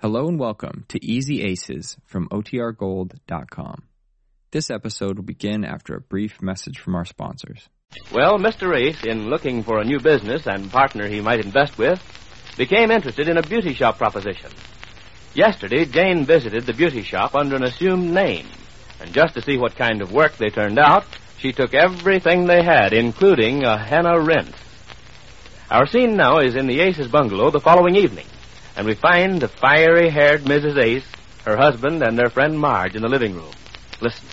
Hello and welcome to Easy Aces from OTRGold.com. This episode will begin after a brief message from our sponsors. Well, Mr. Ace, in looking for a new business and partner he might invest with, became interested in a beauty shop proposition. Yesterday, Jane visited the beauty shop under an assumed name, and just to see what kind of work they turned out, she took everything they had, including a henna rent. Our scene now is in the Ace's bungalow the following evening, and we find the fiery haired Mrs. Ace, her husband, and their friend Marge in the living room. Listen.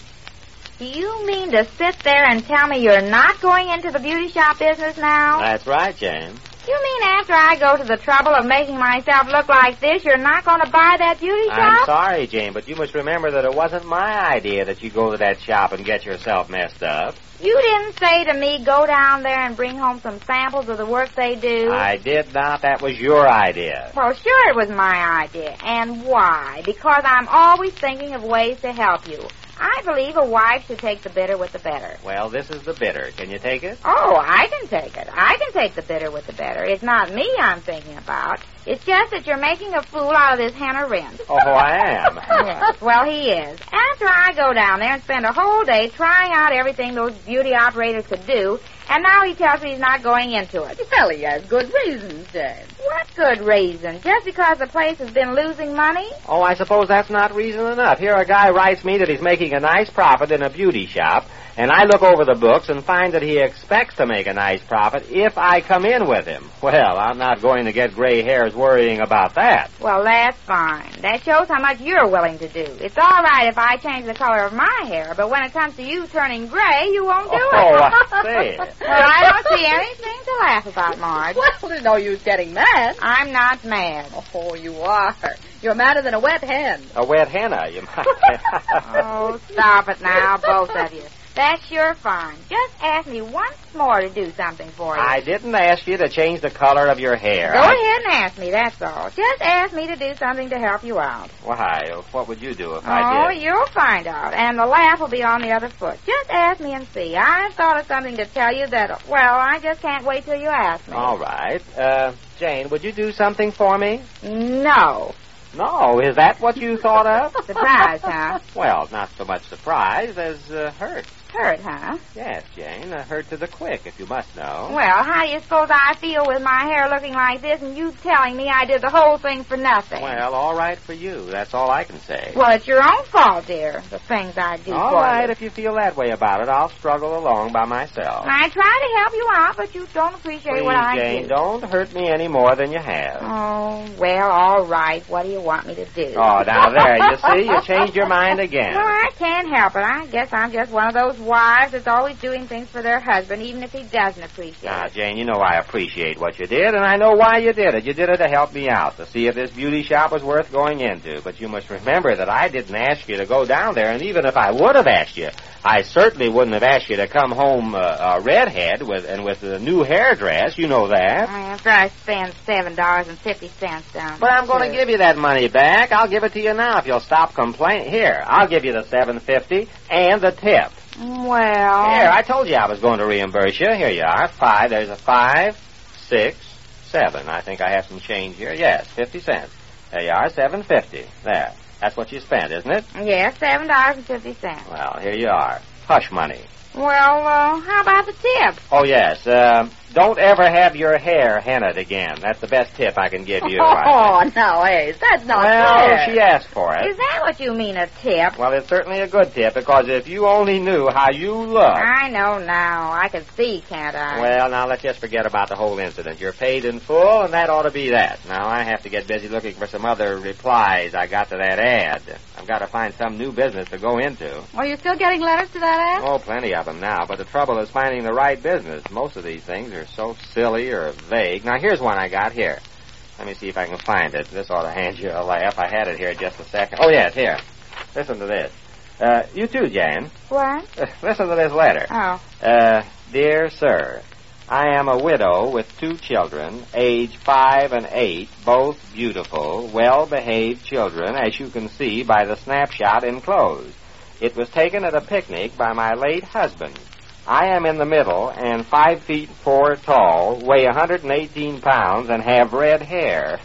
Do you mean to sit there and tell me you're not going into the beauty shop business now? That's right, Jane. you mean after I go to the trouble of making myself look like this, you're not going to buy that beauty I'm shop? sorry, Jane, but you must remember that it wasn't my idea that you go to that shop and get yourself messed up. You didn't say to me, go down there and bring home some samples of the work they do. I did not. That was your idea. Well, sure it was my idea. And why? Because I'm always thinking of ways to help you. I believe a wife should take the bitter with the better. Well, this is the bitter. Can you take it? Oh, I can take it. I can take the bitter with the better. It's not me I'm thinking about. It's just that you're making a fool out of this Hannah Wren. Oh, I am. Yes, well, he is. After I go down there and spend a whole day trying out everything those beauty operators could do, and now he tells me he's not going into it. Well, he has good reasons, Jane. What good reason? Just because the place has been losing money? Oh, I suppose that's not reason enough. Here a guy writes me that he's making a nice profit in a beauty shop, and I look over the books and find that he expects to make a nice profit if I come in with him. Well, I'm not going to get gray hairs worrying about that. Well, that's fine. That shows how much you're willing to do. It's all right if I change the color of my hair, but when it comes to you turning gray, you won't do Oh, it. I see. Well, I don't see anything to laugh about, Marge. Well, there's no use getting mad. I'm not mad. Oh, you are. You're madder than a wet hen. A wet henna, you might. Oh, stop it now, both of you. That's your fine. Just ask me once more to do something for you. I didn't ask you to change the color of your hair. Go ahead and ask me, that's all. Just ask me to do something to help you out. Why? What would you do if oh, I did? you'll find out. And the laugh will be on the other foot. Just ask me and see. I've thought of something to tell you that, well, I just can't wait till you ask me. All right. Uh, Jane, would you do something for me? No. No. Is that what you thought of? Surprise, huh? well, not so much surprised as uh, hurt. Hurt, huh? Yes, Jane, uh, hurt to the quick, if you must know. Well, how do you suppose I feel with my hair looking like this and you telling me I did the whole thing for nothing? Well, all right for you. That's all I can say. Well, it's your own fault, dear, the things I do all for right, you. if you feel that way about it, I'll struggle along by myself. I try to help you out, but you don't appreciate Please, what I Jane, do. not hurt me any more than you have. Oh, well, all right. What do you want me to do? Oh, now there, you see, you changed your mind again. No, I can't help it. I guess I'm just one of those wives that's always doing things for their husband, even if he doesn't appreciate Now, it. Jane, you know I appreciate what you did, and I know why you did it. You did it to help me out, to see if this beauty shop was worth going into. But you must remember that I didn't ask you to go down there, and even if I would have asked you, I certainly wouldn't have asked you to come home uh, a redhead with and with a new hairdress. You know that. After I spend seven dollars and fifty cents down. But I'm there, going too. to give you that money back. I'll give it to you now if you'll stop complaining. Here, I'll give you the seven fifty and the tip. Well, Here, I told you I was going to reimburse you. Here you are. Five. There's a five, six, seven. I think I have some change here. Yes, fifty cents. There you are, seven fifty. There. That's what you spent, isn't it? yes, seven dollars and fifty cents. Well, here you are. Hush money. Well, uh, how about the tip? Oh yes. Uh, don't ever have your hair hennaed again. That's the best tip I can give you. I think. oh, no, Ace, that's not well, fair. she asked for Is it. that what you mean, a tip? Well, it's certainly a good tip because if you only knew how you look. I know now. I can see, can't I? Well, now let's just forget about the whole incident. You're paid in full, and that ought to be that. Now I have to get busy looking for some other replies I got to that ad. I've got to find some new business to go into. Are you still getting letters to that ad? Oh, plenty of them now, but the trouble is finding the right business. Most of these things are so silly or vague. Now here's one I got here. Let me see if I can find it. This ought to hand you a laugh. I had it here just a second. Oh yes, here. Listen to this. Uh, you too, Jan. What? Listen to this letter. Oh. Uh, dear sir, I am a widow with two children, age five and eight, both beautiful, well behaved children, as you can see by the snapshot enclosed. It was taken at a picnic by my late husband. I am in the middle and five feet four tall, weigh 118 pounds, and have red hair.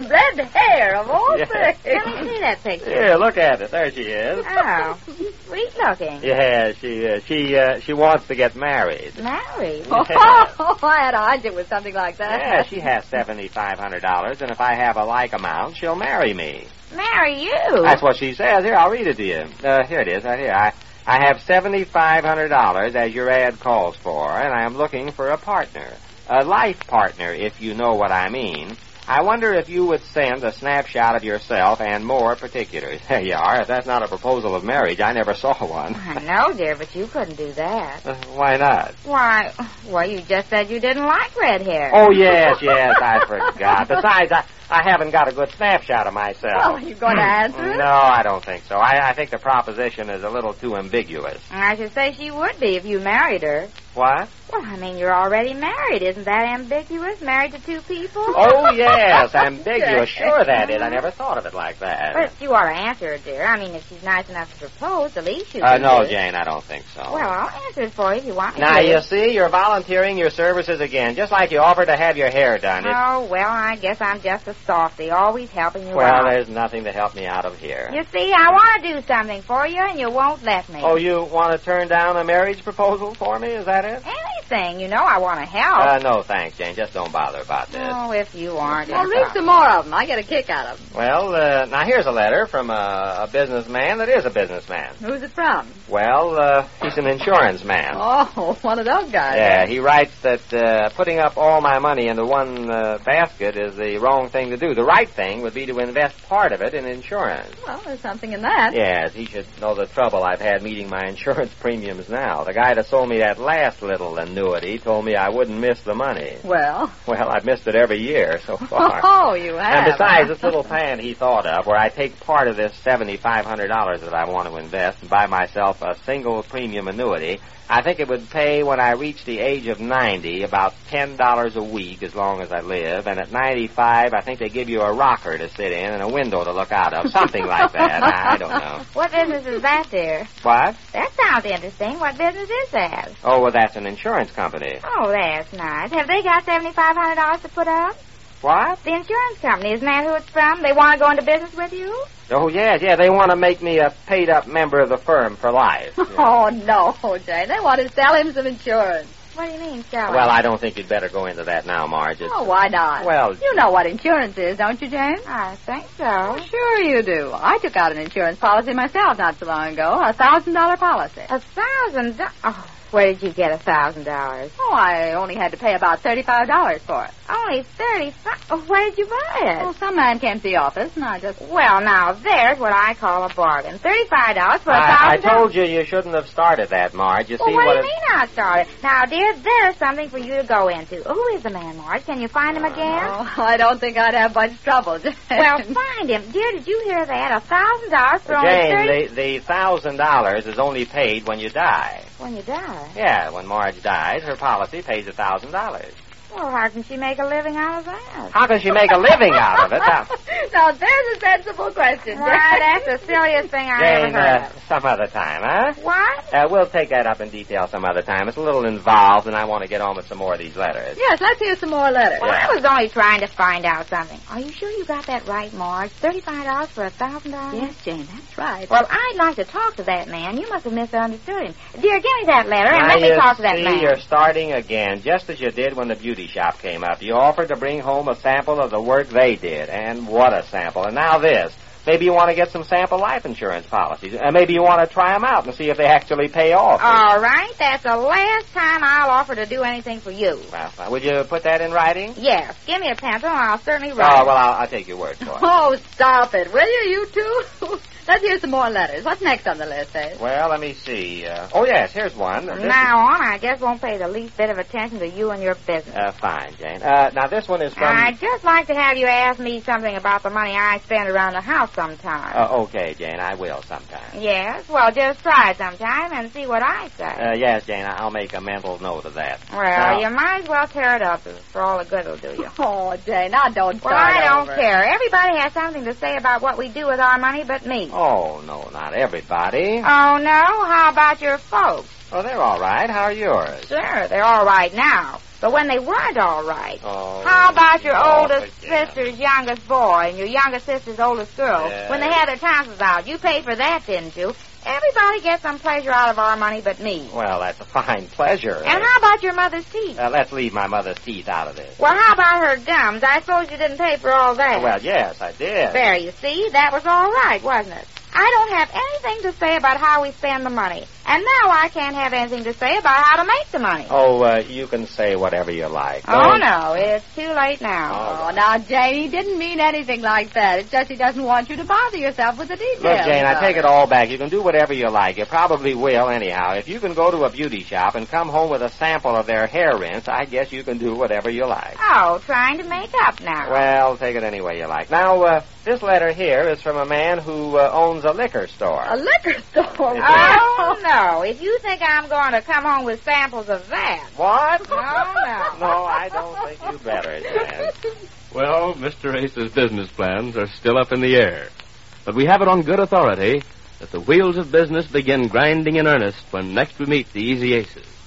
Red hair of all Yeah. Let things. me see that picture. Here, look at it. There she is. Oh, sweet looking. Yeah, she uh, she uh, she wants to get married. Married. Oh, I had a hunch it was something like that. Yeah, she has seventy five hundred dollars, and if I have a like amount, she'll marry me. Marry you. That's what she says. Here, I'll read it to you. Uh, here it is, right here. I I have seventy five hundred dollars as your ad calls for, and I am looking for a partner, a life partner, if you know what I mean. I wonder if you would send a snapshot of yourself and more particulars. There you are. If that's not a proposal of marriage, I never saw one. I know, dear, but you couldn't do that. Uh, Why not? Why? Well, you just said you didn't like red hair. Oh yes, yes, I forgot. Besides, I, I haven't got a good snapshot of myself. Oh, Well, are you going to answer it? Hmm, No, I don't think so. I, I think the proposition is a little too ambiguous. I should say she would be if you married her. What? Well, I mean, you're already married. Isn't that ambiguous? Married to two people? Oh yes, ambiguous. Sure that is. I never thought of it like that. But you ought to answer her, dear. I mean, if she's nice enough to propose, the least you Uh, can no, do. Jane, I don't think so. Well, I'll answer it for you if you want me now to. you see, you're volunteering your services again, just like you offered to have your hair done. It's- Oh, well, I guess I'm just a softy, always helping you well, out. there's nothing to help me out of here. You see, I want to do something for you, and you won't let me. Oh, you want to turn down a marriage proposal for me? Is that it? Anything, you know I want to help. Uh, no, thanks, Jane. Just don't bother about this. oh, if you aren't. Well, read some more of them. I get a kick out of them. Well, uh, now here's a letter from a, a businessman that is a businessman. Who's it from? Well, uh, he's an insurance man. Oh, one of those guys. Yeah, he writes that uh, putting up all my money into one uh, basket is the wrong thing to do. The right thing would be to invest part of it in insurance. Well, there's something in that. Yes, he should know the trouble I've had meeting my insurance premiums now. The guy that sold me that last little annuity told me I wouldn't miss the money. Well. Well, I've missed it every year so far. Oh, you have. And besides, this little plan he thought of, where I take part of this seventy-five hundred dollars that I want to invest and buy myself a single premium annuity, I think it would pay when I reach the age of ninety about ten dollars a week as long as I live, and at ninety-five, I think they give you a rocker to sit in and a window to look out of, something like that. I, I don't know. What business is that, dear? What? That sounds interesting. What business is that? Oh, well, that's an insurance company. Oh, that's nice. Have they got seventy-five hundred dollars to put up? What? The insurance company, isn't that who it's from? They want to go into business with you? Oh, yeah, yeah. They want to make me a paid-up member of the firm for life. Oh, no, Jane. They want to sell him some insurance. What do you mean, shall Well, I don't think you'd better go into that now, Marge. It's- Oh, why not? Well, You know what insurance is, don't you, Jane? I think so. Sure you do. I took out an insurance policy myself not so long ago, a thousand dollar policy. Uh. A thousand dollars. Oh, where did you get a thousand dollars? Oh, I only had to pay about thirty-five dollars for it. Only Oh, thirty-five. Oh, where did you buy Oh, Well, some man came to the office, and I just it? Well, now there's what I call a bargain. Thirty-five dollars for a I, I thousand. told you you shouldn't have started that, Marge. You Well, see what, what do you it- mean I started? Now, dear, there's something for you to go into. Who is the man, Marge? Can you find him again? Uh-huh. Oh, I don't think I'd have much trouble. Jane. Well, find him. Dear, did you hear that? A thousand dollars for only thirty Jane, the the thousand dollars is only paid when you die. when you die. Yeah, when Marge dies, her policy pays a thousand dollars. Well, how can she make a living out of that? How can she make a living out of it? Now, now there's a sensible question. Why, Jane. that's the silliest thing I Jane, ever heard uh, some other time, of. What? huh? Uh, we'll take that up in detail some other time. It's a little involved, and I want to get on with some more of these letters. Yes, let's hear some more letters. Well, I was only trying to find out something. Are you sure you got that right, Marge? Thirty-five dollars for a thousand dollars? Yes, Jane, that's right. Well, I'd like to talk to that man. You must have misunderstood him. Dear, give me that letter and Now let me you talk to that see, man. you're starting again, just as you did when the beauty shop came up. You offered to bring home a sample of the work they did, and what a sample! And now this. Maybe you want to get some sample life insurance policies, and maybe you want to try them out and see if they actually pay off. All right, that's the last time I'll offer to do anything for you. Well, now, would you put that in writing? Yes, give me a pencil and I'll certainly write. Oh well, I'll, I'll take your word for it. Oh, stop it, will you, you two? let's hear some more letters. What's next on the list, eh? Dave? well, let me see. Uh, oh yes, here's one. This is- Now on, I just won't pay the least bit of attention to you and your business. uh, fine, Jane. Uh, now this one is from. I'd just like to have you ask me something about the money I spend around the house sometime. Uh, okay, Jane, I will sometime. Yes, well, just try it sometime and see what I say. Uh, yes, Jane, I- I'll make a mental note of that. well, now- you might as well tear it up for all the good it'll do you. Oh, Jane, now don't Well, start I don't over. care. Everybody has something to say about what we do with our money but me. Uh, Oh no, not Oh, everybody. Oh, no? How about your folks? Well, they're all right. How are yours? Sure, they're all right now. But when they weren't all right, Oh. how about your off oldest again. sister's youngest boy and your youngest sister's oldest girl Yeah. when they had their tonsils out? You paid for that, didn't you? Everybody gets some pleasure out of our money but me. Well, that's a fine pleasure. And how about your mother's teeth? Uh, let's leave my mother's teeth out of this. Well, how about her gums? I suppose you didn't pay for all that. Well, yes, I did. There, you see, that was all right, wasn't it? I don't have anything to say about how we spend the money. And now I can't have anything to say about how to make the money. Oh, uh, you can say whatever you like. Oh, Don't- no, it's too late now. All Oh, right. now, Jane, he didn't mean anything like that. It's just he doesn't want you to bother yourself with the details. Look, Jane, I of take it all back. You can do whatever you like. You probably will, anyhow. If you can go to a beauty shop and come home with a sample of their hair rinse, I guess you can do whatever you like. Oh, trying to make up now. Well, take it any way you like. Now, uh, this letter here is from a man who uh, owns a liquor store. A liquor store. Oh, no. If you think I'm going to come home with samples of that. what? No, no. No, I don't think you better, Jan. Well, Mr. Ace's business plans are still up in the air. But we have it on good authority that the wheels of business begin grinding in earnest when next we meet the Easy Aces.